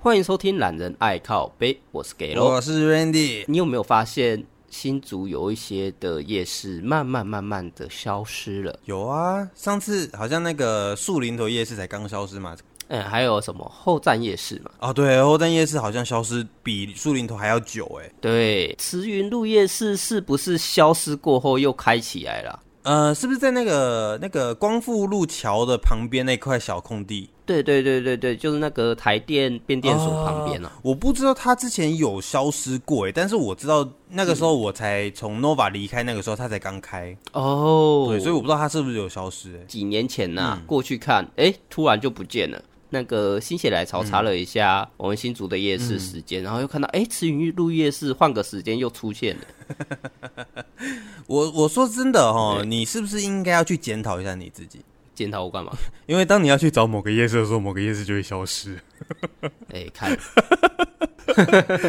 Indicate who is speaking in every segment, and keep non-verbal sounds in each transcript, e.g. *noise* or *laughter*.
Speaker 1: 欢迎收听《懒人爱靠背》，我是 Gelo。
Speaker 2: 我是 Randy，
Speaker 1: 你有没有发现新竹有一些的夜市慢慢慢慢的消失了？
Speaker 2: 有啊，上次好像那个树林头夜市才刚消失嘛。
Speaker 1: 嗯，还有什么后站夜市嘛？
Speaker 2: 哦，对，后站夜市好像消失比树林头还要久哎。
Speaker 1: 对，慈云路夜市是不是消失过后又开起来了？
Speaker 2: 呃，是不是在那个那个光复路桥的旁边那块小空地？
Speaker 1: 对对对对对，就是那个台电变电所旁边啊。
Speaker 2: 我不知道它之前有消失过哎，但是我知道那个时候我才从 Nova 离开，那个时候它才刚开，
Speaker 1: 哦，
Speaker 2: 对，所以我不知道它是不是有消失哎。
Speaker 1: 几年前呐、过去看，哎、突然就不见了。那个心血来潮查了一
Speaker 2: 嗯
Speaker 1: 下我们新竹的夜市时间，然后又看到，哎、慈云路夜市换个时间又出现了。
Speaker 2: 我我说真的哦，你是不是应该要去检讨一下你自己？
Speaker 1: 检讨我干嘛？ *laughs*
Speaker 2: 因为当你要去找某个夜市的时候，某个夜市就会消失。
Speaker 1: 哎、看，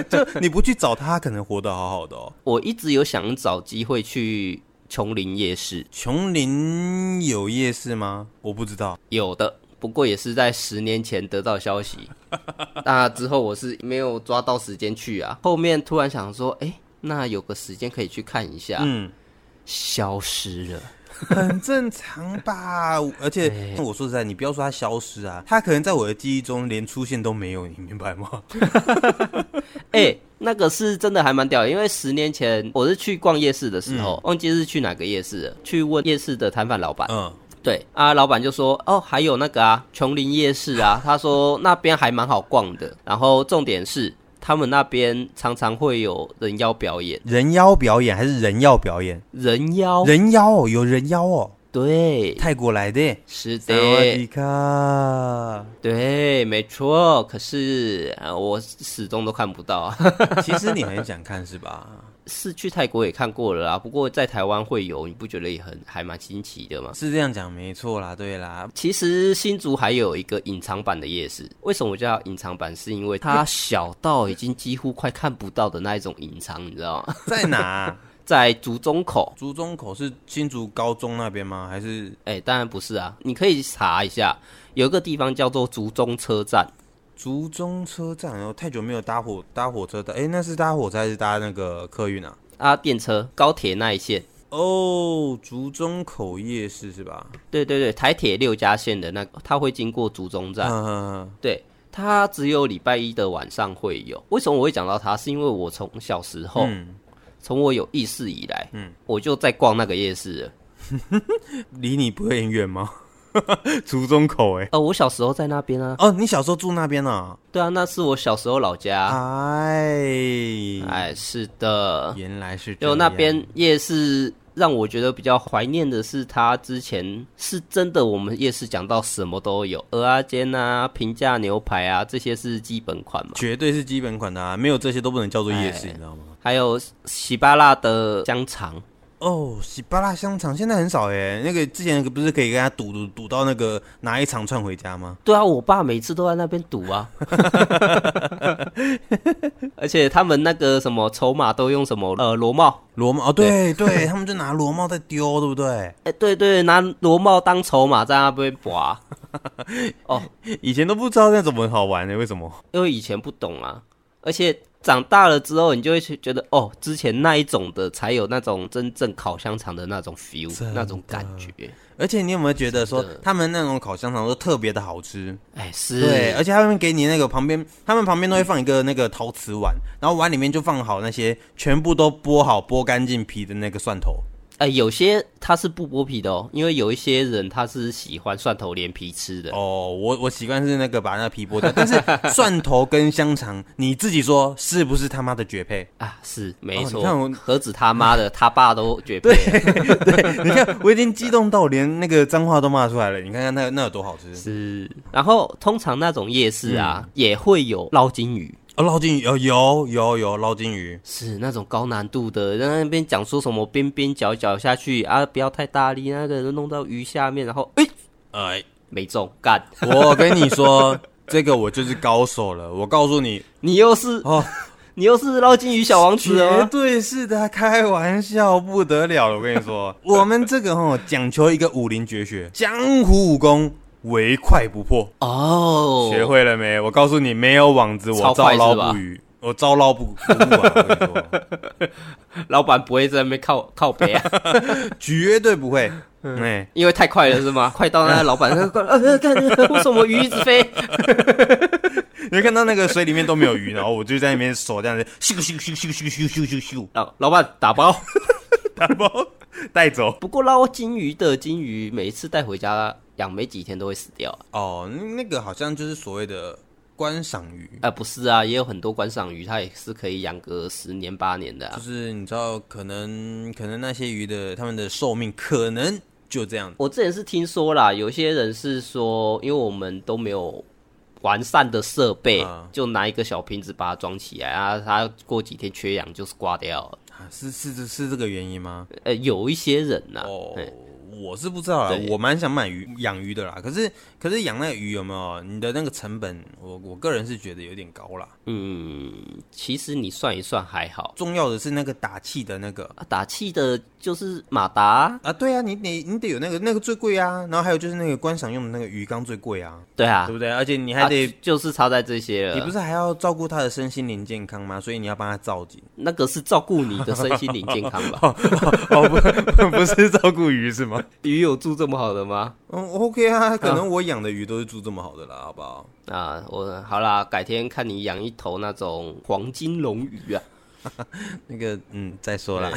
Speaker 2: 就你不去找它，它可能活得好好的哦。
Speaker 1: 我一直有想找机会去琼林夜市，
Speaker 2: 琼林有夜市吗？我不知道。
Speaker 1: 有的，不过也是在十年前得到消息，那之后我是没有抓到时间去啊。后面突然想说，哎、那有个时间可以去看一下，
Speaker 2: *laughs* 嗯，
Speaker 1: 消失了。
Speaker 2: 很正常吧。而且我说实在，你不要说它消失啊，它可能在我的记忆中连出现都没有，你明白吗？
Speaker 1: 哎、那个是真的还蛮屌的，因为十年前我是去逛夜市的时候，忘记是去哪个夜市了，去问夜市的摊贩老板，
Speaker 2: 嗯，
Speaker 1: 对啊，老板就说哦，还有那个啊，琼林夜市啊，他说那边还蛮好逛的，然后重点是他们那边常常会有人妖表演，
Speaker 2: 人妖表演还是人妖表演？
Speaker 1: 人妖，
Speaker 2: 人妖哦，有人妖哦，
Speaker 1: 对，
Speaker 2: 泰国来的耶。
Speaker 1: 是
Speaker 2: 萨瓦
Speaker 1: 的
Speaker 2: 迪，卡。
Speaker 1: 对，没错，可是、啊、我始终都看不到啊。 *laughs*
Speaker 2: 其实你很想看是吧？
Speaker 1: 是去泰国也看过了啦，不过在台湾会有，你不觉得也很还蛮新奇的吗？
Speaker 2: 是这样讲没错啦，对啦。
Speaker 1: 其实新竹还有一个隐藏版的夜市，为什么我叫它隐藏版？是因为它小到已经几乎快看不到的那一种隐藏，你知道吗？ *laughs*
Speaker 2: 在哪、啊 *laughs*
Speaker 1: 在竹中口，
Speaker 2: 竹中口是新竹高中那边吗？还是
Speaker 1: 哎、当然不是啊，你可以查一下，有一个地方叫做竹中车站，
Speaker 2: 竹中车站，然后太久没有搭火搭火车的，哎、那是搭火车还是搭那个客运啊？
Speaker 1: 啊，电车、高铁那一线，
Speaker 2: 哦，竹中口夜市是吧？
Speaker 1: 对对对，台铁六家线的那个，它会经过竹中站，
Speaker 2: 嗯，
Speaker 1: 对。它只有礼拜一的晚上会有，为什么我会讲到它？是因为我从小时候，
Speaker 2: 嗯
Speaker 1: 从、我有意识以来，嗯，我就在逛那个夜市了。
Speaker 2: 离你不会很远吗？ *laughs* 竹中口、哎，
Speaker 1: 呃，我小时候在那边啊，
Speaker 2: 哦，你小时候住那边啊？
Speaker 1: 对啊，那是我小时候老家。
Speaker 2: 哎，
Speaker 1: 哎，是的，
Speaker 2: 原来是这
Speaker 1: 就
Speaker 2: 样
Speaker 1: 那边夜市让我觉得比较怀念的是，它之前是真的，我们夜市讲到什么都有，鹅啊煎啊、平价牛排啊，这些是基本款嘛。
Speaker 2: 绝对是基本款的、啊，没有这些都不能叫做夜
Speaker 1: 哎
Speaker 2: 市，你知道吗？
Speaker 1: 还有喜巴辣的香肠，
Speaker 2: 哦，喜巴拉香肠现在很少哎、那个之前不是可以跟他赌赌赌到那个拿一长串回家吗？
Speaker 1: 对啊，我爸每次都在那边赌啊， *laughs* 而且他们那个什么筹码都用什么呃螺帽，
Speaker 2: 螺帽哦，对对， *laughs* 他们就拿螺帽在丢，对不对？
Speaker 1: 哎、对对，拿螺帽当筹码在那边拔，哦，
Speaker 2: 以前都不知道那种很好玩的、欸为什么？
Speaker 1: 因为以前不懂啊，而且长大了之后，你就会去觉得哦，之前那一种的才有那种真正烤香肠的那种 feel，
Speaker 2: 真的
Speaker 1: 那种感觉。
Speaker 2: 而且你有没有觉得说
Speaker 1: 真的
Speaker 2: 他们那种烤香肠都特别的好吃？
Speaker 1: 哎，是，
Speaker 2: 对，而且他们给你那个旁边，他们旁边都会放一个那个陶瓷碗，然后碗里面就放好那些全部都剥好、剥干净皮的那个蒜头。
Speaker 1: 哎，有些它是不剥皮的哦，因为有一些人他是喜欢蒜头连皮吃的。
Speaker 2: 哦，我我习惯是那个把那个皮剥掉，但是 *laughs* 蒜头跟香肠，你自己说是不是他妈的绝配？ *laughs*
Speaker 1: 啊，是没错，
Speaker 2: 哦你看我
Speaker 1: 何止他妈
Speaker 2: *laughs*
Speaker 1: 的，他爸都绝配了，
Speaker 2: 你看我已经激动到连那个脏话都骂出来了，你看看那那有多好吃。
Speaker 1: 是。然后通常那种夜市啊，
Speaker 2: 嗯
Speaker 1: 也会有捞金鱼，
Speaker 2: 哦，捞金鱼，哦，有有有捞金鱼，
Speaker 1: 是那种高难度的，在那边讲说什么边边角角下去啊，不要太大力，那个人弄到鱼下面，然后哎、
Speaker 2: 哎，
Speaker 1: 没中，干，
Speaker 2: *laughs* 我跟你说，这个我就是高手了。我告诉你，
Speaker 1: 你又是
Speaker 2: 哦，
Speaker 1: 你又是捞金鱼小王子
Speaker 2: 绝
Speaker 1: 哦，
Speaker 2: 对是啊的，开玩笑不 *laughs* 得了了。我跟你说，我们这个哦讲求一个武林绝学，江湖武功。唯快不破。
Speaker 1: 哦，
Speaker 2: 学会了没？我告诉你，没有网子，我
Speaker 1: 超快
Speaker 2: 照
Speaker 1: 是
Speaker 2: 捞
Speaker 1: 吧
Speaker 2: 不渔，我照捞不不误啊！我跟你说。
Speaker 1: 老板不会在那边靠靠背啊，
Speaker 2: 绝对不会。哎、
Speaker 1: 因为太快了是吗？快到那老板那个呃呃干为什么鱼一直飞？
Speaker 2: 你会看到那个水里面都没有鱼，然后我就在那边手这样子咻咻咻咻咻咻咻咻咻
Speaker 1: 老老板打包。
Speaker 2: 打包带走。
Speaker 1: 不过捞金鱼的金鱼，每一次带回家养没几天都会死掉啊。
Speaker 2: 哦，那那个好像就是所谓的观赏鱼，
Speaker 1: 呃，不是啊，也有很多观赏鱼，它也是可以养个十年八年的、
Speaker 2: 就
Speaker 1: 啊。
Speaker 2: 是你知道，可能可能那些鱼的它们的寿命可能就这样。
Speaker 1: 我之前是听说啦，有些人是说，因为我们都没有完善的设备，
Speaker 2: 啊
Speaker 1: 就拿一个小瓶子把它装起来啊，它过几天缺氧就是挂掉了。
Speaker 2: 啊是是是是这个原因吗？
Speaker 1: 呃，有一些人呐、
Speaker 2: 哦
Speaker 1: 嘿，
Speaker 2: 我是不知道啦
Speaker 1: 啊对，
Speaker 2: 我蛮想买鱼养鱼的啦。可是可是养那个鱼有没有你的那个成本？我我个人是觉得有点高啦。
Speaker 1: 嗯，其实你算一算还好。
Speaker 2: 重要的是那个打气的那个，
Speaker 1: 啊，打气的就是马达啊，
Speaker 2: 啊，对啊，你你你得有那个那个最贵啊，然后还有就是那个观赏用的那个鱼缸最贵啊，
Speaker 1: 对啊
Speaker 2: 对，不对？而且你还得，
Speaker 1: 啊就就是差在这些了。
Speaker 2: 你不是还要照顾它的身心灵健康吗？所以你要帮它造景
Speaker 1: 那个是照顾你的身心灵健康 *laughs* 吧？
Speaker 2: *laughs* 哦，不 *laughs* 不是照顾鱼是吗？
Speaker 1: 鱼有住这么好的吗？
Speaker 2: 嗯，OK 啊，可能我养的鱼都是住这么好的啦，好不好？
Speaker 1: 啊，我好啦，改天看你养一头那种黄金龙鱼啊，
Speaker 2: 那个嗯，再说啦。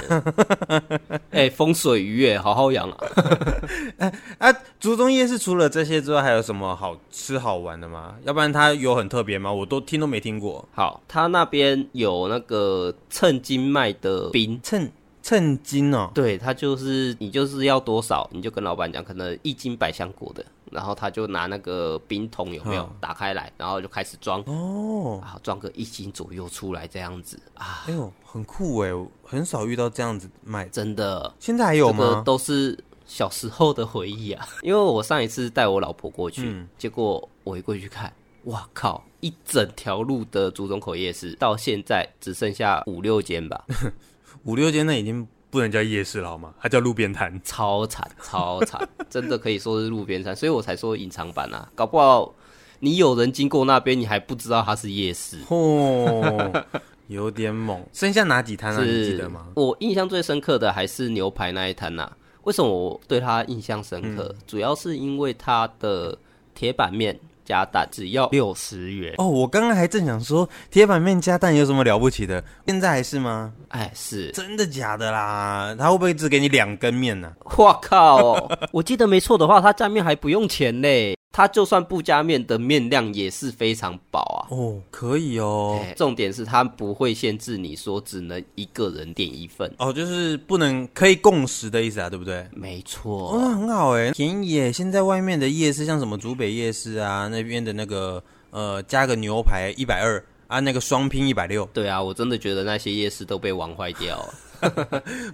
Speaker 2: *laughs*
Speaker 1: 哎、风水鱼哎，好好养啊。
Speaker 2: 啊，竹中夜市除了这些之外，还有什么好吃好玩的吗？要不然它有很特别吗？我都听都没听过。
Speaker 1: 好，他那边有那个称斤卖的冰，
Speaker 2: 称称斤哦，
Speaker 1: 对他就是你就是要多少，你就跟老板讲，可能一斤百香果的，然后他就拿那个冰桶有没有、打开来，然后就开始装
Speaker 2: 嗯哦，
Speaker 1: 啊，装个一斤左右出来这样子啊，
Speaker 2: 哎呦，很酷哎，我很少遇到这样子卖的。
Speaker 1: 真的
Speaker 2: 现在还有
Speaker 1: 这个
Speaker 2: 吗？
Speaker 1: 都是小时候的回忆啊！ *laughs* 因为我上一次带我老婆过去，结果我一过去看，哇靠！一整条路的竹中口夜市到现在只剩下五六间吧， *laughs*
Speaker 2: 五六间那已经不能叫夜市了好吗？它叫路边摊。
Speaker 1: 超惨超惨， *laughs* 真的可以说是路边摊，所以我才说隐藏版啊，搞不好你有人经过那边，你还不知道它是夜市。
Speaker 2: 哦，有点猛。剩下哪几摊啊？你记
Speaker 1: 是
Speaker 2: 得吗？
Speaker 1: 我印象最深刻的还是牛排那一摊呐、为什么我对它印象深刻？
Speaker 2: 嗯
Speaker 1: 主要是因为它的铁板面加蛋只要六十元，
Speaker 2: 哦，我刚刚还正想说，铁板面加蛋有什么了不起的？现在还是吗？
Speaker 1: 哎，是，
Speaker 2: 真的假的啦？他会不会只给你两根面啊呢、
Speaker 1: 哇靠、我记得没错的话，它加面还不用钱嘞，它就算不加面的面量也是非常饱啊。
Speaker 2: 哦，可以哦。
Speaker 1: 哎重点是它不会限制你说只能一个人点一份，
Speaker 2: 哦，就是不能可以共识的意思啊，对不对？
Speaker 1: 没错。
Speaker 2: 哦，那很好哎，便宜耶！现在外面的夜市，像什么竹北夜市啊，那边的那个呃，加个牛排一百二啊，那个双拼一百六，
Speaker 1: 对啊，我真的觉得那些夜市都被玩坏掉了。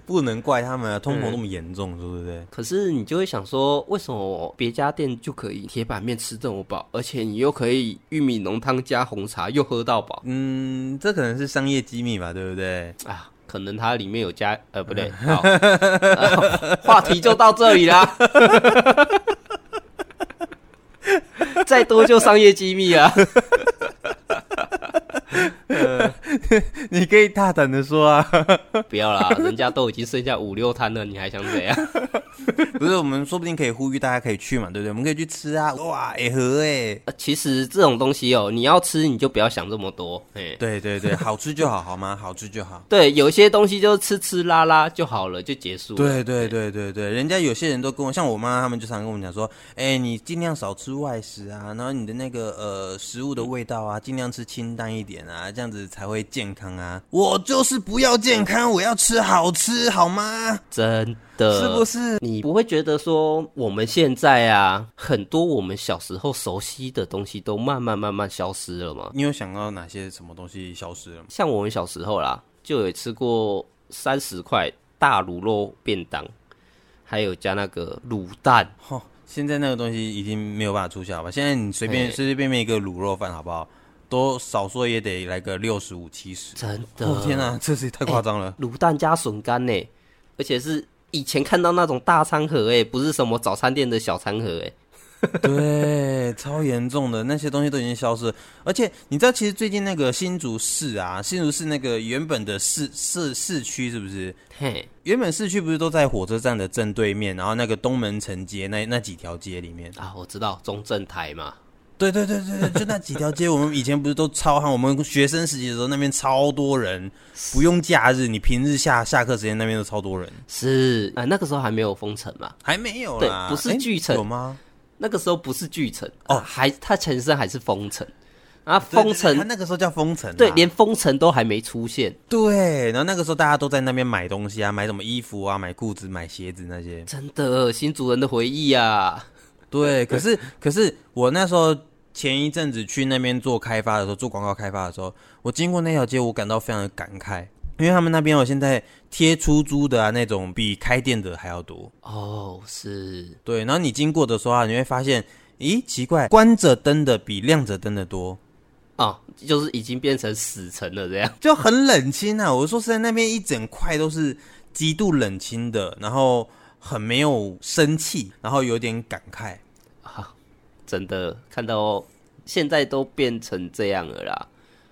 Speaker 2: 不能怪他们啊，通膨那么严重，对不对？
Speaker 1: 可是你就会想说，为什么别家店就可以铁板面吃这么饱，而且你又可以玉米浓汤加红茶又喝到饱
Speaker 2: 嗯，这可能是商业机密吧，对不对？
Speaker 1: 啊？可能它里面有加，呃，不对，好，啊 *laughs* 话题就到这里啦。 *laughs* 再多就商业机密啊！ *laughs*
Speaker 2: 你可以大胆的说啊， *laughs*
Speaker 1: 不要啦，人家都已经剩下五六摊了，你还想怎样？ *laughs*
Speaker 2: 不是，我们说不定可以呼吁大家可以去嘛，对不对？我们可以去吃啊，哇，哎喝哎，
Speaker 1: 呃其实这种东西哦，你要吃你就不要想这么多。哎，
Speaker 2: 对对对，好吃就好，好吗？好吃就好。
Speaker 1: 对，有些东西就是吃吃拉拉就好了，就结束了。
Speaker 2: 对对对对对，人家有些人都跟我，像我妈他们就常跟我们讲说，哎、你尽量少吃外食啊，然后你的那个呃食物的味道啊，尽量吃清淡一点啊，这样子才会健康啊。我就是不要健康，我要吃好吃，好吗？
Speaker 1: 真的，
Speaker 2: 是不是？
Speaker 1: 你不会觉得说我们现在啊，很多我们小时候熟悉的东西都慢慢慢慢消失了吗？
Speaker 2: 你有想到哪些什么东西消失了吗？
Speaker 1: 像我们小时候啦，就有吃过三十块大卤肉便当，还有加那个卤蛋，
Speaker 2: 哦，现在那个东西已经没有办法出现，好吧？现在你随便
Speaker 1: 嘿
Speaker 2: 随随便便一个卤肉饭，好不好？都少说也得来个六十五、七十。
Speaker 1: 真的，
Speaker 2: 哦天哪、这是太夸张了。
Speaker 1: 卤蛋加笋干呢，欸而且是以前看到那种大餐盒哎、不是什么早餐店的小餐盒哎、
Speaker 2: 对，超严重的，那些东西都已经消失了。而且你知道，其实最近那个新竹市啊，新竹市那个原本的市市市区是不是？
Speaker 1: 嘿，
Speaker 2: 原本市区不是都在火车站的正对面，然后那个东门城街那那几条街里面。
Speaker 1: 啊，我知道中正台嘛，
Speaker 2: 对对对对对，就那几条街，我们以前不是都超夯？我们学生时期的时候，那边超多 *laughs* 人，不用假日，你平日下下课时间那边都超多人，
Speaker 1: 是啊，那个时候还没有封城嘛，
Speaker 2: 还没有啦，
Speaker 1: 对不是
Speaker 2: 诶
Speaker 1: 巨城
Speaker 2: 哎有 *laughs* 吗？
Speaker 1: 那个时候不是巨城
Speaker 2: 哦
Speaker 1: 哦，还它前身还是封城啊，
Speaker 2: 对对
Speaker 1: 封
Speaker 2: 对他
Speaker 1: 城
Speaker 2: 那个时候叫封城啊、
Speaker 1: 对，连封城都还没出现，
Speaker 2: 对，然后那个时候大家都在那边买东西啊，买什么衣服啊，买裤子、买鞋子那些。
Speaker 1: 真的新主人的回忆啊，
Speaker 2: 对，可是可是我那时候前一阵子去那边做开发的时候，做广告开发的时候，我经过那条街，我感到非常的感慨，因为他们那边我现在贴出租的啊那种比开店的还要多。
Speaker 1: 哦，是
Speaker 2: 对，然后你经过的时候啊，你会发现，咦，奇怪，关着灯的比亮着灯的多。
Speaker 1: 啊，就是已经变成死城了这样，
Speaker 2: 就很冷清啊！我说实在，那边一整块都是极度冷清的，然后很没有生气，然后有点感慨。
Speaker 1: 啊，真的看到现在都变成这样了啦，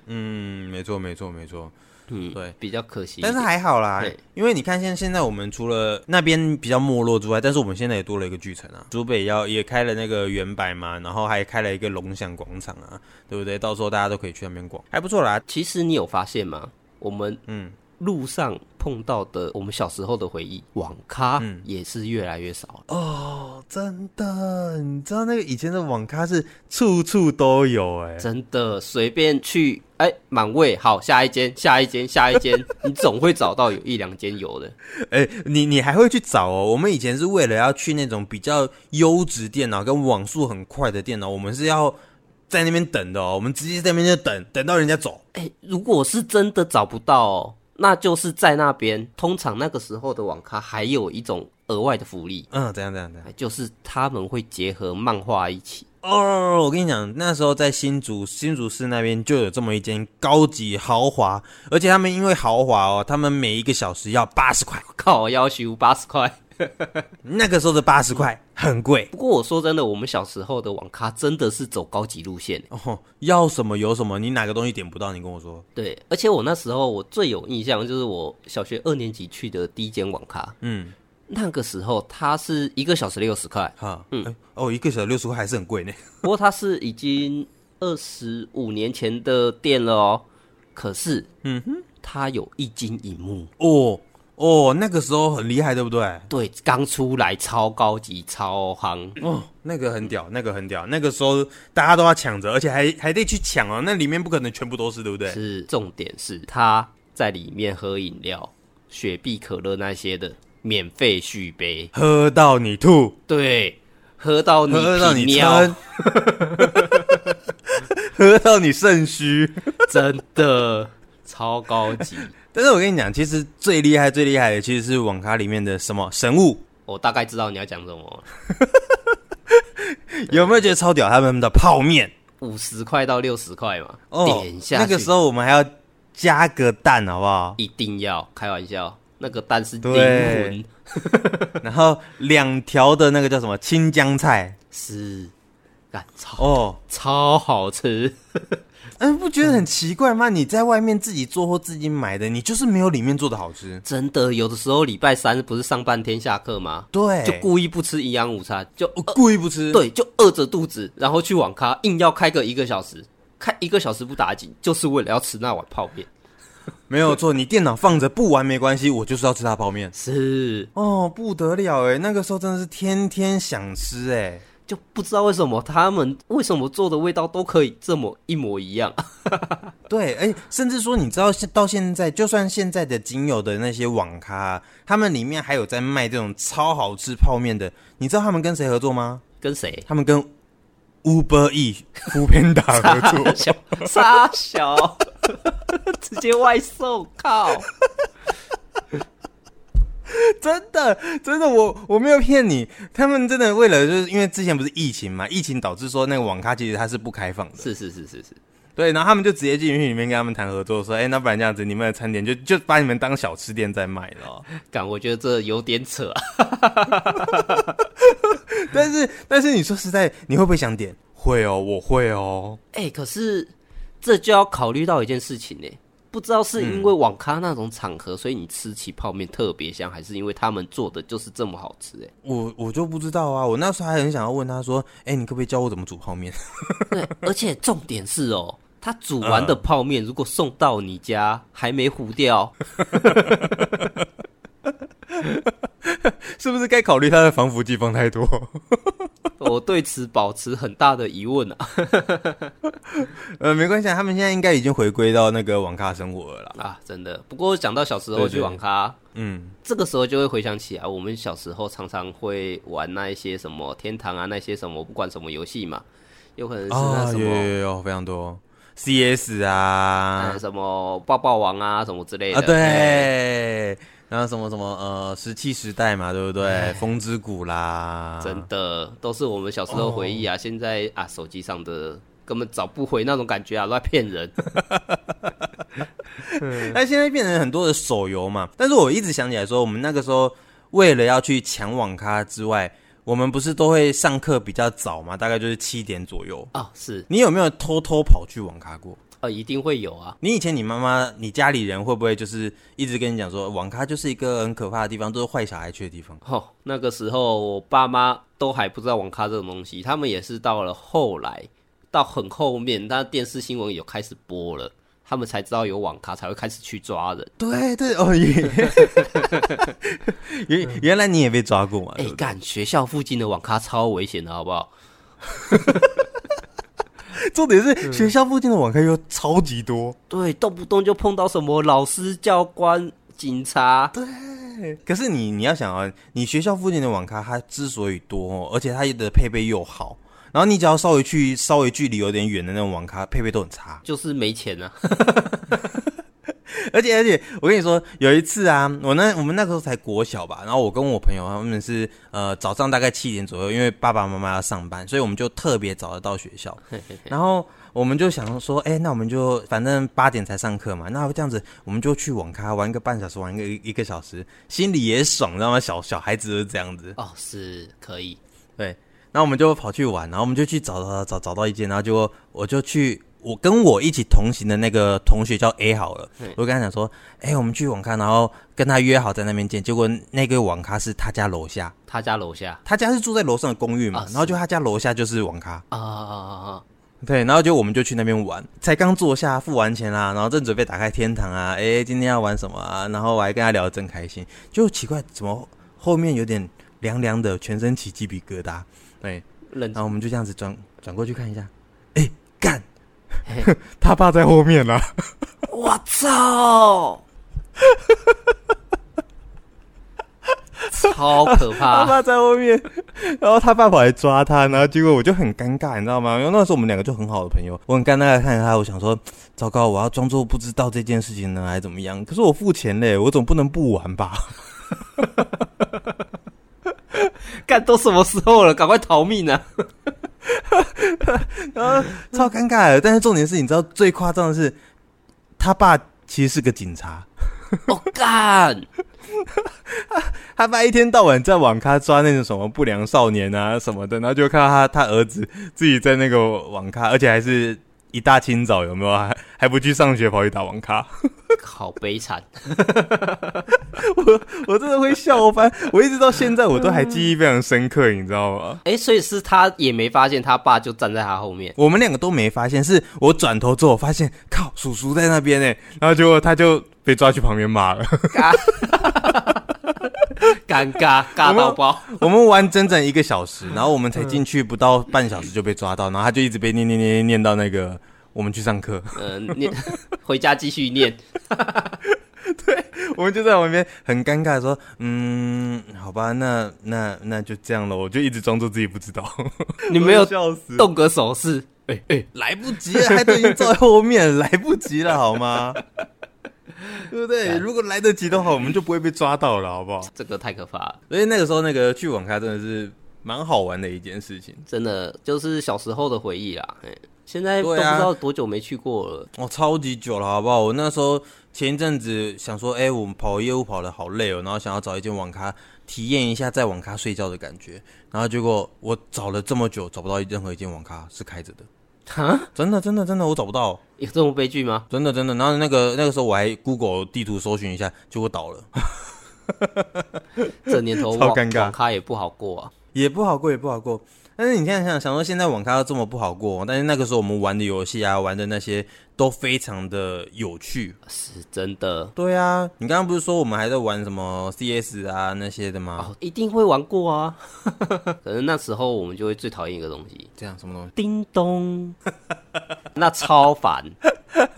Speaker 2: 嗯，没错，没错，没错。
Speaker 1: 嗯，
Speaker 2: 对，
Speaker 1: 比较可惜一
Speaker 2: 但
Speaker 1: 点，
Speaker 2: 是还好啦
Speaker 1: 对，
Speaker 2: 因为你看现现在我们除了那边比较没落之外，但是我们现在也多了一个巨城啊，竹北要也开了那个原百嘛，然后还开了一个龙翔广场啊，对不对？到时候大家都可以去那边逛，还不错啦。
Speaker 1: 其实你有发现吗？我们
Speaker 2: 嗯，
Speaker 1: 路上碰到的我们小时候的回忆，网咖
Speaker 2: 嗯
Speaker 1: 也是越来越少了。
Speaker 2: 哦，真的，你知道那个以前的网咖是处处都有哎、
Speaker 1: 真的随便去，哎、满位，好，下一间，下一间，下一间，你总会找到有一两间有的。
Speaker 2: 哎、你你还会去找哦？我们以前是为了要去那种比较优质电脑跟网速很快的电脑，我们是要在那边等的哦。我们直接在那边就等，等到人家走。
Speaker 1: 哎、 *laughs* 如果是真的找不到、哦，那就是在那边。通常那个时候的网咖还有一种额外的福利，
Speaker 2: 嗯，怎样怎样怎样？
Speaker 1: 哎就是他们会结合漫画一起。
Speaker 2: 哦，我跟你讲，那时候在新竹新竹市那边就有这么一间高级豪华，而且他们因为豪华哦，他们每一个小时要八十块，
Speaker 1: 靠，要求八十块。
Speaker 2: 那个时候的八十块很贵
Speaker 1: 不过我说真的，我们小时候的网咖真的是走高级路线。
Speaker 2: 哦，要什么有什么，你哪个东西点不到，你跟我说。
Speaker 1: 对，而且我那时候我最有印象就是我小学二年级去的第一间网咖，
Speaker 2: 嗯，
Speaker 1: 那个时候它是一个小时六十块， *laughs*
Speaker 2: 好，嗯，哦，一个小时六十块还是很贵呢。
Speaker 1: 不过它是已经二十五年前的店了哦。可是，嗯哼，它有一金一幕，
Speaker 2: 哦哦，那个时候很厉害，对不对？
Speaker 1: 对，刚出来超高级、超夯，
Speaker 2: 哦，那个很屌，那个很屌，那个时候大家都要抢着，而且还还得去抢哦，那里面不可能全部都是，对不对？
Speaker 1: 是重点是它在里面喝饮料，雪碧、可乐那些的免费续杯，
Speaker 2: 喝到你吐，
Speaker 1: 对，喝到你
Speaker 2: 喝到
Speaker 1: 皮
Speaker 2: 你
Speaker 1: 尿
Speaker 2: 撑，， *laughs* 喝到你肾虚。
Speaker 1: 真的 *laughs* 超高级。
Speaker 2: 但是我跟你讲，其实最厉害、最厉害的其实是网咖里面的什么神物，
Speaker 1: 我大概知道你要讲什么了，
Speaker 2: 有没有觉得超屌？他们的泡面
Speaker 1: 五十块到六十块嘛，
Speaker 2: 哦
Speaker 1: 点，下
Speaker 2: 那个
Speaker 1: 去
Speaker 2: 时候我们还要加个蛋，好不 *laughs* 好？
Speaker 1: 一定要开玩笑，那个蛋是灵
Speaker 2: 对
Speaker 1: 魂，
Speaker 2: 然后两条的那个叫什么青江菜
Speaker 1: 是，干超
Speaker 2: 哦，
Speaker 1: 超好吃，
Speaker 2: 嗯，不觉得很奇怪吗？你在外面自己做或自己买的，你就是没有里面做的好吃。
Speaker 1: 真的。有的时候礼拜三不是上半天下课吗？
Speaker 2: 对，
Speaker 1: 就故意不吃营养午餐，就呃
Speaker 2: 我故意不吃。，
Speaker 1: 对，就饿着肚子，然后去网咖，硬要开个一个小时，开一个小时不打紧，就是为了要吃那碗泡面。
Speaker 2: 没有错，你电脑放着不玩没关系，我就是要吃它泡面。
Speaker 1: 是，
Speaker 2: 哦，不得了哎，那个时候真的是天天想吃哎。
Speaker 1: 就不知道为什么他们为什么做的味道都可以这么一模一样。 *laughs*
Speaker 2: 对，哎，甚至说你知道现到现在，就算现在的仅有的那些网咖，他们里面还有在卖这种超好吃泡面的，你知道他们跟谁合作吗？
Speaker 1: 跟 *laughs* 谁？
Speaker 2: 他们跟 Uber E、f o o p a n d a 合作。
Speaker 1: 小沙小， *laughs* 直接外送，靠！
Speaker 2: *laughs* 真的，真的，我我没有骗你，他们真的为了就是因为之前不是疫情嘛，疫情导致说那个网咖其实它是不开放的，
Speaker 1: 是是是是是，
Speaker 2: 对，然后他们就直接进去里面跟他们谈合作，说，哎、那不然这样子，你们的餐点就就把你们当小吃店在卖了哦，
Speaker 1: 感我觉得这有点扯啊、
Speaker 2: 但是但是你说实在，你会不会想点？会哦，我会哦。
Speaker 1: 哎、可是这就要考虑到一件事情呢、不知道是因为网咖那种场合，所以你吃起泡面特别香，还是因为他们做的就是这么好吃、欸？
Speaker 2: 我我就不知道啊，我那时候还很想要问他说，哎、你可不可以教我怎么煮泡面？ *laughs*
Speaker 1: 对，而且重点是哦，他煮完的泡面如果送到你家还没糊掉，
Speaker 2: 是不是该考虑他的防腐剂放太多？
Speaker 1: *laughs* 我对此保持很大的疑问啊！
Speaker 2: *laughs*
Speaker 1: *laughs*
Speaker 2: 呃，没关系，啊，他们现在应该已经回归到那个网咖生活了啦。
Speaker 1: 啊，真的。不过讲到小时候
Speaker 2: 对
Speaker 1: 去
Speaker 2: 对
Speaker 1: 网咖，
Speaker 2: 嗯，
Speaker 1: 这个时候就会回想起啊，我们小时候常常会玩那一些什么天堂啊，那些什么不管什么游戏嘛，有可能是那
Speaker 2: 啊，
Speaker 1: 什
Speaker 2: 有
Speaker 1: 么、
Speaker 2: 有有有非常多 CS 啊
Speaker 1: 呃什么抱抱王啊什么之类的
Speaker 2: 啊，
Speaker 1: 哎
Speaker 2: 对，然后什么什么呃石器时代嘛，对不对？风之谷啦，
Speaker 1: 真的都是我们小时候回
Speaker 2: 哦
Speaker 1: 忆啊。现在啊，手机上的根本找不回那种感觉啊，乱骗人。 *laughs*
Speaker 2: 那现在变成很多的手游嘛，但是我一直想起来说，我们那个时候为了要去抢网咖之外，我们不是都会上课比较早嘛，大概就是七点左右。
Speaker 1: 啊，是，
Speaker 2: 你有没有偷偷跑去网咖过？
Speaker 1: 呃，一定会有啊。
Speaker 2: 你以前你妈妈、你家里人会不会就是一直跟你讲说，网咖就是一个很可怕的地方，都是坏小孩去的地方？
Speaker 1: 哦，那个时候我爸妈都还不知道网咖这种东西，他们也是到了后来，到很后面，那电视新闻有开始播了，他们才知道有网咖，才会开始去抓人。
Speaker 2: 对对哦，也原原来 *laughs* 你也被抓过嘛？
Speaker 1: 哎、
Speaker 2: 对不对
Speaker 1: 干，学校附近的网咖超危险的，好不好？
Speaker 2: 重点是学校附近的网咖又超级多，
Speaker 1: 对，动不动就碰到什么老师、教官、警察。
Speaker 2: 可是你你要想啊，你学校附近的网咖，它之所以多、哦，而且它的配备又好，然后你只要稍微去稍微距离有点远的那种网咖，配备都很差。
Speaker 1: 就是没钱啊！
Speaker 2: 而且而且，我跟你说，有一次啊，我那我们那时候才国小吧，然后我跟我朋友他们是呃早上大概七点左右，因为爸爸妈妈要上班，所以我们就特别早的到学校，然后。我们就想说，哎、那我们就反正八点才上课嘛，那这样子我们就去网咖玩个半小时，玩个一个小时，心里也爽，知道吗？小小孩子就是这样子。
Speaker 1: 哦，是可以，
Speaker 2: 对，那我们就跑去玩，然后我们就去找找找找到一间，然后结果我就去，我跟我一起同行的那个同学叫 A 好了，我跟他讲说，哎、我们去网咖，然后跟他约好在那边见，结果那个网咖是他家楼下，
Speaker 1: 他家楼下
Speaker 2: 他家是住在楼上的公寓嘛，
Speaker 1: 啊
Speaker 2: 然后就他家楼下就是网咖，
Speaker 1: 啊啊啊啊啊！
Speaker 2: 对，然后就我们就去那边玩，才刚坐下付完钱啦、然后正准备打开天堂啊，哎，今天要玩什么啊？然后我还跟他聊得正开心，就奇怪怎么后面有点凉凉的，全身起鸡皮疙瘩，对。
Speaker 1: 认
Speaker 2: 然后我们就这样子转转过去看一下，哎、干， *laughs* 他爸在后面啦！啊 *laughs*
Speaker 1: 我操，超可
Speaker 2: 他
Speaker 1: 怕！
Speaker 2: 爸在后面， *laughs* 然后他爸跑来抓他，然后结果我就很尴尬，你知道吗？因为那时候我们两个就很好的朋友，我很尴尬的看着他，我想说，糟糕，我要装作不知道这件事情呢，还是怎么样？可是我付钱嘞，我总不能不玩吧？ *laughs*
Speaker 1: 干都什么时候了，赶 *laughs* 快逃命啊！
Speaker 2: 超尴尬的。但是重点是，你知道最夸张的是，他爸其实是个警察。
Speaker 1: 我、哦干，
Speaker 2: 他爸一天到晚在网咖抓那种什么不良少年啊什么的，然后就看到他他儿子自己在那个网咖，而且还是一大清早，有没有？还 *laughs* 还不去上学，跑去打网咖， *laughs*
Speaker 1: 好悲惨！
Speaker 2: 我真的会笑翻。我一直到现在我都还记忆非常深刻，你知道吗？
Speaker 1: 哎、所以是他也没发现，他爸就站在他后面。
Speaker 2: 我们两个都没发现，是我转头之后发现，靠，叔叔在那边呢，然后结果他就被抓去旁边骂了。 *laughs*
Speaker 1: 嘎， *laughs* 尴尬，尬到爆！
Speaker 2: 我们玩整整一个小时，然后我们才进去不到半小时就被抓到，然后他就一直被念念念念念到那个我们去上课。
Speaker 1: 呃，念 *laughs* 回家继续念。
Speaker 2: *laughs* 我们就在旁边很尴尬地说，嗯，好吧，那那那就这样了，我就一直装作自己不知道，
Speaker 1: 你没有
Speaker 2: 我笑
Speaker 1: *laughs*
Speaker 2: 死，
Speaker 1: 动个手势，哎、哎、
Speaker 2: 来不及了，他都已经坐在后面， *laughs* 来不及了，好吗？ *laughs* 对不对？如果来得及的话，我们就不会被抓到了，好不好？
Speaker 1: 这个太可怕了。
Speaker 2: 所以那个时候，那个去网咖真的是蛮好玩的一件事情。
Speaker 1: 真的就是小时候的回忆啦。哎，现在都不
Speaker 2: 对
Speaker 1: 知
Speaker 2: 啊
Speaker 1: 道多久没去过了。
Speaker 2: 我、哦超级久了，好不好？我那时候前一阵子想说，哎、我们跑业务跑的好累哦，然后想要找一间网咖体验一下在网咖睡觉的感觉。然后结果我找了这么久，找不到任何一间网咖是开着的，
Speaker 1: 啊哈，
Speaker 2: 真的真的真的我找不到，
Speaker 1: 有这么悲剧吗？
Speaker 2: 真的真的。然后那个那个时候我还 Google 地图搜寻一下，结果倒了，
Speaker 1: 这年 *laughs* 头
Speaker 2: 超
Speaker 1: 网
Speaker 2: 尴尬
Speaker 1: 网咖也不好过啊。
Speaker 2: 也不好过，也不好过。但是你现在想想说，现在网咖这么不好过，但是那个时候我们玩的游戏啊，玩的那些都非常的有趣。
Speaker 1: 是真的
Speaker 2: 对啊，你刚刚不是说我们还在玩什么 CS 啊那些的吗？
Speaker 1: 哦，一定会玩过 *laughs* 啊。可能那时候我们就会最讨厌一个东西，
Speaker 2: 这样什么东西？
Speaker 1: 叮咚， *laughs* 那超烦。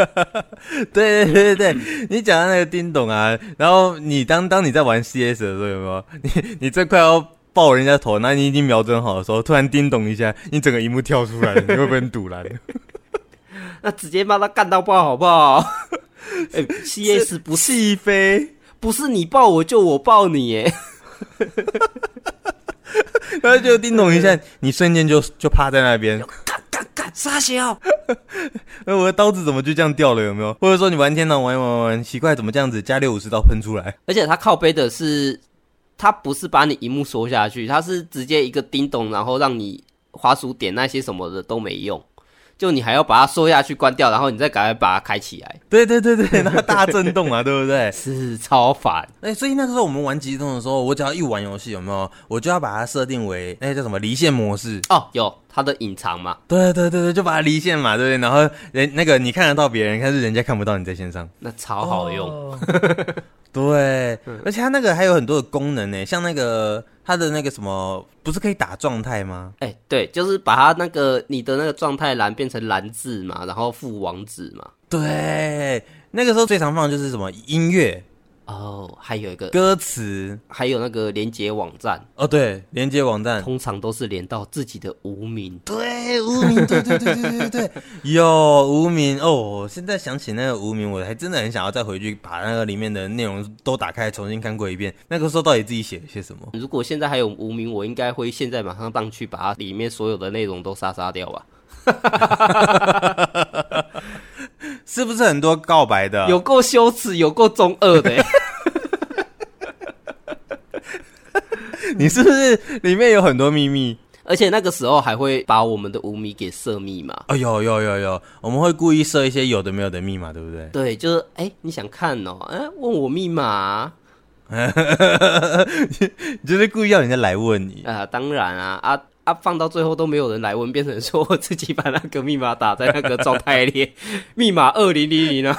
Speaker 2: *laughs* 对对对对对，你讲的那个叮咚啊，然后你当当你在玩 CS 的时候，有没有？你你最快要爆人家头，那你已经瞄准好的时候，突然叮咚一下，你整个荧幕跳出 *laughs* 来，你会不会很堵然？
Speaker 1: 那直接把他干到爆好不 *laughs* 好？哎、c s 不是
Speaker 2: 戏飞，
Speaker 1: 不是你爆我就我爆你耶，
Speaker 2: 然后就叮咚一下，你瞬间就就趴在那 *laughs* 边，
Speaker 1: 干干干傻笑，
Speaker 2: 哎， *laughs* 我的刀子怎么就这样掉了？有没有？或者说你玩天堂玩一玩玩一玩，奇怪怎么这样子加六五十刀喷出来？
Speaker 1: 而且他靠背的是，他不是把你荧幕缩下去，他是直接一个叮咚，然后让你滑鼠点那些什么的都没用，就你还要把它缩下去关掉，然后你再赶快把它开起来，
Speaker 2: 对对对 *laughs* 对，那大震动啊，对不对？
Speaker 1: 是超烦。
Speaker 2: 哎、所以那个时候我们玩极动的时候，我只要一玩游戏，有没有？我就要把它设定为那个叫什么离线模式。
Speaker 1: 哦，有它的隐藏嘛？
Speaker 2: 对对对对，就把它离线嘛，对不对？然后人那个你看得到别人，但是人家看不到你在线上，
Speaker 1: 那超好用，
Speaker 2: 对，而且它那个还有很多的功能呢，像那个它的那个什么，不是可以打状态吗？
Speaker 1: 哎、对，就是把它那个你的那个状态栏变成蓝字嘛，然后附网址嘛，
Speaker 2: 对，那个时候最常放的就是什么音乐、
Speaker 1: 哦，还有一个，
Speaker 2: 歌词，
Speaker 1: 还有那个连接网站，
Speaker 2: 哦，对，连接网站，
Speaker 1: 通常都是连到自己的无名。
Speaker 2: 对，无名，对对对对对对对， *laughs* 有无名哦！我现在想起那个无名，我还真的很想要再回去把那个里面的内容都打开，重新看过一遍。那个时候到底自己写了些什么？
Speaker 1: 如果现在还有无名，我应该会现在马上上去把它里面所有的内容都杀杀掉吧，
Speaker 2: 是不是很多告白的？啊
Speaker 1: 有够羞耻，有够中二的、欸
Speaker 2: *laughs*
Speaker 1: *laughs*
Speaker 2: 你是不是里面有很多秘密？
Speaker 1: 而且那个时候还会把我们的无名给设密码。
Speaker 2: 哦，有有有有，我们会故意设一些有的没有的密码，对不对？ *laughs*
Speaker 1: 对，就是哎、你想看哦、哎、问我密码啊、
Speaker 2: 你就是故意要人家来问你。
Speaker 1: 啊当然啊，啊啊，放到最后都没有人来问，变成说我自己把那个密码打在那个状态 *laughs* 里，密码二零零零啊，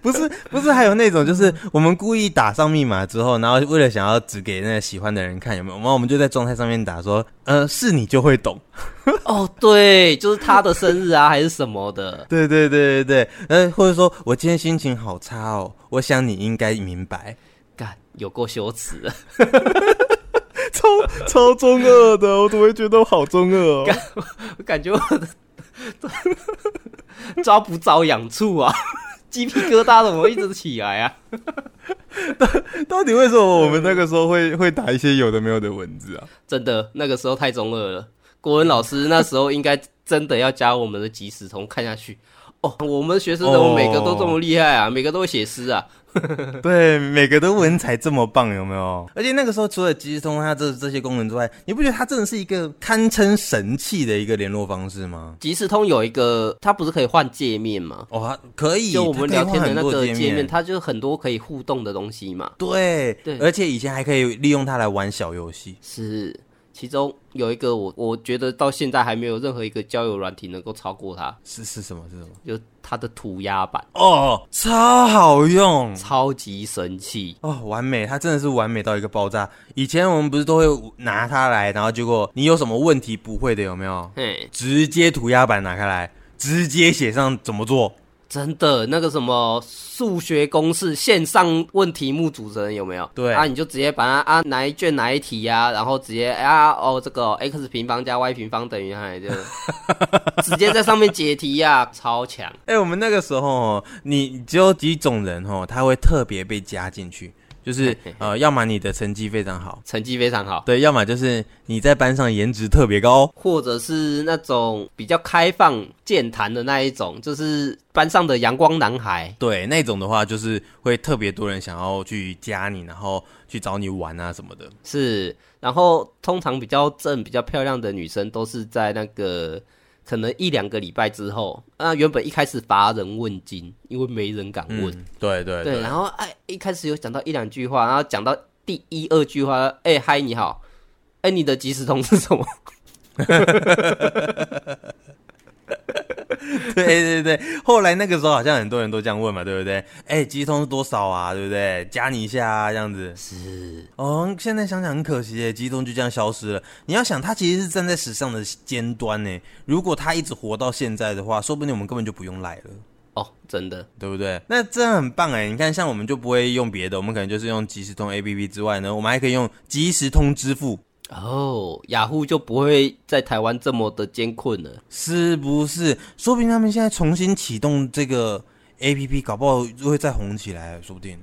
Speaker 2: 不是不是，还有那种就是我们故意打上密码之后，然后为了想要只给那个喜欢的人看有没有，然后我们就在状态上面打说，呃，是你就会懂。
Speaker 1: *laughs* 哦，对，就是他的生日啊，还是什么的。
Speaker 2: *laughs* 对对对对对，呃，或者说我今天心情好差哦，我想你应该明白，
Speaker 1: *laughs*
Speaker 2: *laughs*
Speaker 1: 干有够羞耻的，
Speaker 2: 超超中二的，我怎么会觉得我好中二 *laughs* 哦？
Speaker 1: 我 *laughs* 感觉我的 *laughs* 抓不着痒处啊，鸡皮疙瘩怎么一直起来啊？
Speaker 2: 到底为什么我们那个时候会会打一些有的没有的文字 *laughs* 啊？
Speaker 1: *laughs* 真的，那个时候太中二了。国文老师那时候应该真的要加我们的即时通看下去。哦，我们学生怎么每个都这么厉害啊？每个都会写诗啊？
Speaker 2: 对，每个都文采这么棒，有没有？而且那个时候除了即时通它这这些功能之外，你不觉得它真的是一个堪称神器的一个联络方式吗？
Speaker 1: 即时通有一个，它不是可以换界面吗？
Speaker 2: 哦，它可以，
Speaker 1: 就我们
Speaker 2: 它可
Speaker 1: 聊
Speaker 2: 以
Speaker 1: 天的
Speaker 2: 换很
Speaker 1: 那
Speaker 2: 多
Speaker 1: 个
Speaker 2: 界
Speaker 1: 界面，它就很多可以互动的东西嘛。
Speaker 2: 对
Speaker 1: 对
Speaker 2: 而且以前还可以利用它来玩小游戏。
Speaker 1: 是，其中有一个我我觉得到现在还没有任何一个交友软体能够超过它，
Speaker 2: 是是什么？是什么？
Speaker 1: 就它的涂鸦版，
Speaker 2: 哦，超好用
Speaker 1: 超级神器。
Speaker 2: 哦，完美！它真的是完美到一个爆炸。以前我们不是都会拿它来，然后结果你有什么问题不会的有没有？
Speaker 1: 嘿，
Speaker 2: 直接涂鸦板拿开来，直接写上怎么做。
Speaker 1: 真的那个什么数学公式线上问题目主持人有没有？
Speaker 2: 对
Speaker 1: 啊，你就直接把它啊哪一卷哪一题呀、然后直接啊哦这个哦 x 平方加 y 平方等于哎，就直接在上面解题呀、超强。
Speaker 2: 哎、我们那个时候哦，你只有几种人哦，他会特别被加进去。就是呃，要么你的成绩非常好，
Speaker 1: 成绩非常好，
Speaker 2: 对，要么就是你在班上颜值特别高，
Speaker 1: 或者是那种比较开放健谈的那一种，就是班上的阳光男孩。
Speaker 2: 对，那种的话就是会特别多人想要去加你，然后去找你玩啊什么的。
Speaker 1: 是，然后通常比较正、比较漂亮的女生都是在那个可能一两个礼拜之后，啊，原本一开始乏人问津，因为没人敢问。
Speaker 2: 嗯，对对
Speaker 1: 对，然后哎，一开始有讲到一两句话，然后讲到第一二句话，哎嗨你好，哎你的即时通是什么？
Speaker 2: *laughs* 对对对，后来那个时候好像很多人都这样问嘛，对不对？哎、鸡通是多少啊？对不对？加你一下啊，这样子。
Speaker 1: 是
Speaker 2: 哦，现在想想很可惜耶，鸡通就这样消失了。你要想，他其实是站在时尚的尖端呢。如果他一直活到现在的话，说不定我们根本就不用赖了。
Speaker 1: 哦，真的
Speaker 2: 对不对？那这样很棒哎！你看，像我们就不会用别的，我们可能就是用即时通 APP 之外呢，我们还可以用即时通支付，
Speaker 1: 哦，雅虎就不会在台湾这么的艰困了。
Speaker 2: 是不是？说不定他们现在重新启动这个 APP，搞不好就会再红起来，说不定。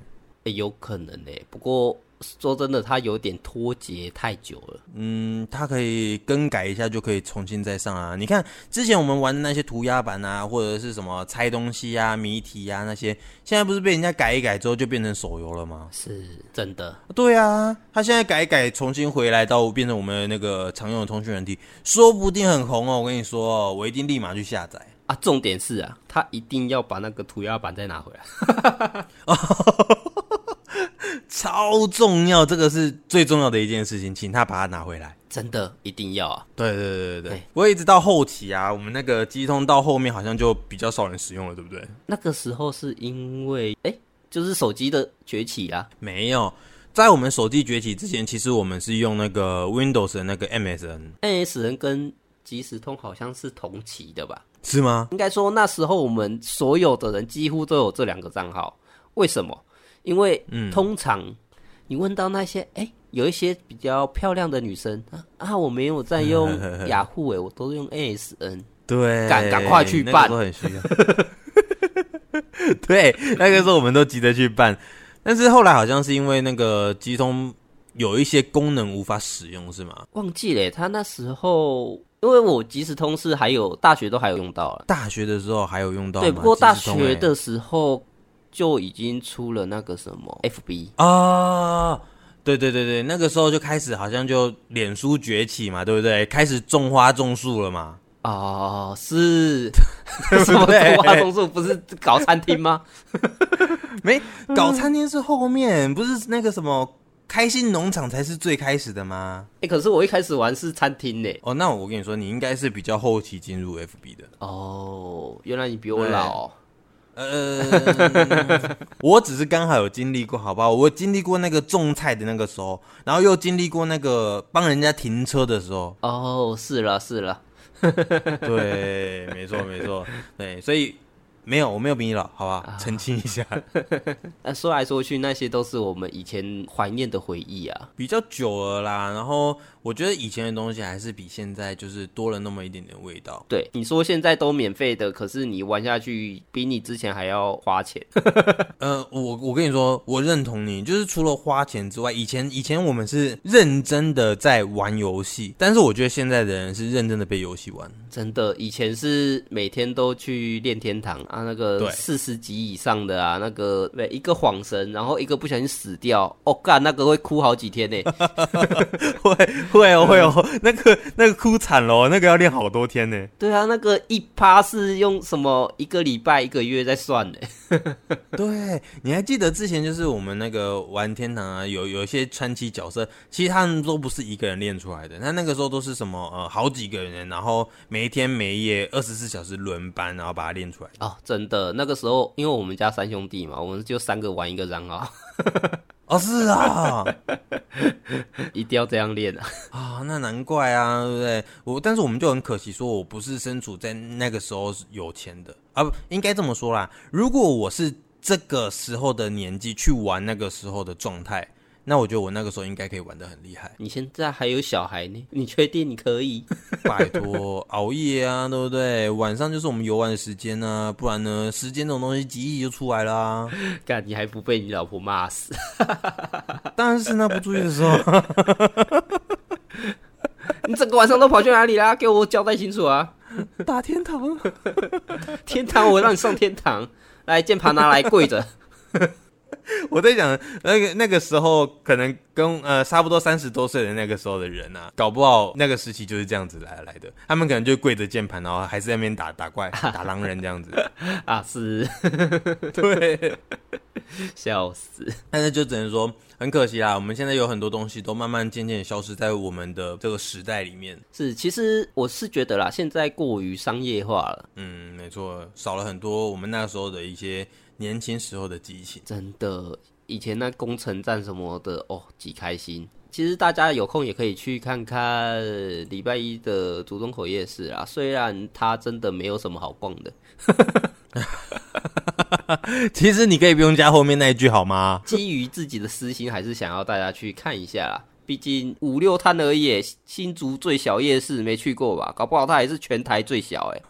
Speaker 1: 哎，有可能呢、不过说真的，它有点脱节太久了。
Speaker 2: 嗯，它可以更改一下，就可以重新再上啊。你看之前我们玩的那些涂鸦版啊，或者是什么猜东西啊、谜题啊那些，现在不是被人家改一改之后就变成手游了吗？
Speaker 1: 是真的，
Speaker 2: 对啊，它现在改一改，重新回来到变成我们那个常用的通讯软体，说不定很红哦。我跟你说哦，我一定立马去下载。
Speaker 1: 啊，重点是啊，他一定要把那个涂鸦板再拿回来。
Speaker 2: 超重要，这个是最重要的一件事情，请他把它拿回来。
Speaker 1: 真的一定要啊！
Speaker 2: 对对对对对
Speaker 1: 对，
Speaker 2: 不过一直到后期啊，我们那个机通到后面好像就比较少人使用了，对不对？
Speaker 1: 那个时候是因为哎、就是手机的崛起啊啦。
Speaker 2: 没有，在我们手机崛起之前，其实我们是用那个 Windows 的那个 MSN，
Speaker 1: NSN 跟即时通好像是同期的吧？
Speaker 2: 是吗？
Speaker 1: 应该说那时候我们所有的人几乎都有这两个账号。为什么？因为通常你问到那些哎、有一些比较漂亮的女生啊啊，我没有在用雅虎诶、我都是用 NSN。
Speaker 2: 对，
Speaker 1: 赶赶快去办
Speaker 2: 那个时候很需要。 *laughs* 对，那个时候我们都急着去办，但是后来好像是因为那个机通有一些功能无法使用，是吗？
Speaker 1: 忘记了，他那时候因为我即时通是还有大学都还有用到了，
Speaker 2: 大学的时候还有用到吗
Speaker 1: 对，不过大
Speaker 2: 即时通欸
Speaker 1: 学的时候就已经出了那个什么 FB，
Speaker 2: 啊，对对对对，那个时候就开始好像就脸书崛起嘛，对不对？开始种花种树了嘛。
Speaker 1: 哦，是
Speaker 2: 对
Speaker 1: 什么
Speaker 2: 不对
Speaker 1: 中华中树不是搞餐厅吗？
Speaker 2: 没搞餐厅是后面，不是那个什么开心农场才是最开始的吗？
Speaker 1: 哎、可是我一开始玩是餐厅呢。
Speaker 2: 哦，那我跟你说，你应该是比较后期进入 FB 的。
Speaker 1: 哦，原来你比我老哦、
Speaker 2: 呃， *laughs* 我只是刚好有经历过，好吧？我经历过那个种菜的那个时候，然后又经历过那个帮人家停车的时候。
Speaker 1: 哦，是了是了，
Speaker 2: *laughs* 对，没错没错，对，所以没有，我没有比你老，好吧？澄清一 *laughs* 下。
Speaker 1: 那说来说去，那些都是我们以前怀念的回忆啊。
Speaker 2: 比较久了啦，然后我觉得以前的东西还是比现在就是多了那么一点点味道。
Speaker 1: 对，你说现在都免费的，可是你玩下去比你之前还要花钱。
Speaker 2: 呃，我我跟你说，我认同你，就是除了花钱之外，以前以前我们是认真的在玩游戏，但是我觉得现在的人是认真的被游戏玩。
Speaker 1: 真的，以前是每天都去练天堂啊，那
Speaker 2: 对
Speaker 1: 个四十级以上的啊，那个对一个晃神，然后一个不小心死掉，哦干，那个会哭好几天呢。
Speaker 2: 会 *laughs* 会哦会哦，那个那个哭惨了哦，那个要练好多天呢。
Speaker 1: 对啊，那个一趴是用什么一个礼拜、一个月在算的。
Speaker 2: *laughs* 对，你还记得之前就是我们那个玩天堂啊，有有一些传奇角色，其实他们都不是一个人练出来的，那那个时候都是什么呃好几个人，然后每一天每一夜二十四小时轮班，然后把它练出来。
Speaker 1: 哦，真的，那个时候因为我们家三兄弟嘛，我们就三个玩一个章啊，
Speaker 2: 哦，是啊，
Speaker 1: *laughs* 一定要这样练啊。。
Speaker 2: *laughs* 啊，那难怪啊，对不对？我但是我们就很可惜，说我不是身处在那个时候是有钱的啊，不应该这么说啦。如果我是这个时候的年纪去玩那个时候的状态，那我觉得我那个时候应该可以玩的很厉害
Speaker 1: 你现在还有小孩呢，你确定你可以？
Speaker 2: *laughs* 拜托，熬夜啊，对不对？晚上就是我们游玩的时间啊，不然呢，时间这种东西记忆就出来啦、 *laughs*
Speaker 1: 干，你还不被你老婆骂死？ *laughs*
Speaker 2: 当然是趁她不注意的时候。
Speaker 1: 你整个晚上都跑去哪里啦？给我交代清楚啊！
Speaker 2: *laughs* 打天堂，啊
Speaker 1: 天堂，我让你上天堂。 *laughs* 来，键盘拿来，跪着。
Speaker 2: *laughs* 我在想那个那个时候，可能跟呃差不多三十多岁的那个时候的人啊，搞不好那个时期就是这样子来来的。他们可能就跪着键盘，然后还是在那边打打 *laughs* 怪、打狼人这样子。
Speaker 1: 啊，是，
Speaker 2: 对，
Speaker 1: *laughs* 笑死。
Speaker 2: 但是就只能说很可惜啦，我们现在有很多东西都慢慢渐渐消失在我们的这个时代里面。
Speaker 1: 是，其实我是觉得啦，现在过于商业化了，
Speaker 2: 嗯，没错，少了很多我们那时候的一些年轻时候的激情。
Speaker 1: 真的。以前那工程站什么的，哦，几开心。其实大家有空也可以去看看礼拜一的竹东口夜市啦，虽然它真的没有什么好逛的，
Speaker 2: *laughs* 其实你可以不用加后面那一句好吗？ *laughs*
Speaker 1: 基于自己的私心，还是想要大家去看一下啦。毕竟五六摊而已，新竹最小夜市没去过吧？搞不好它还是全台最小哎、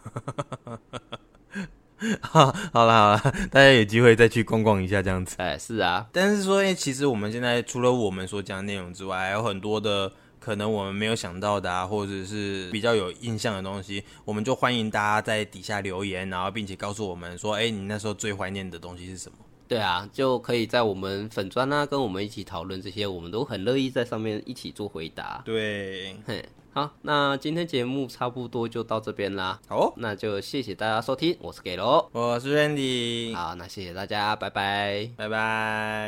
Speaker 2: 好啦好啦， *laughs* 大家有机会再去逛逛一下这样子。
Speaker 1: 哎，是啊，
Speaker 2: 但是说，哎、其实我们现在除了我们所讲的内容之外，还有很多的可能我们没有想到的啊，或者是比较有印象的东西，我们就欢迎大家在底下留言，然后并且告诉我们说，哎、你那时候最怀念的东西是什么？
Speaker 1: 对啊，就可以在我们粉砖啊，跟我们一起讨论这些，我们都很乐意在上面一起做回答。
Speaker 2: 对，
Speaker 1: 嘿，好，那今天节目差不多就到这边啦，
Speaker 2: 好哦、
Speaker 1: 那就谢谢大家收听，我是给喽，
Speaker 2: 我是 Randy，
Speaker 1: 好，那谢谢大家，拜拜。
Speaker 2: 拜拜。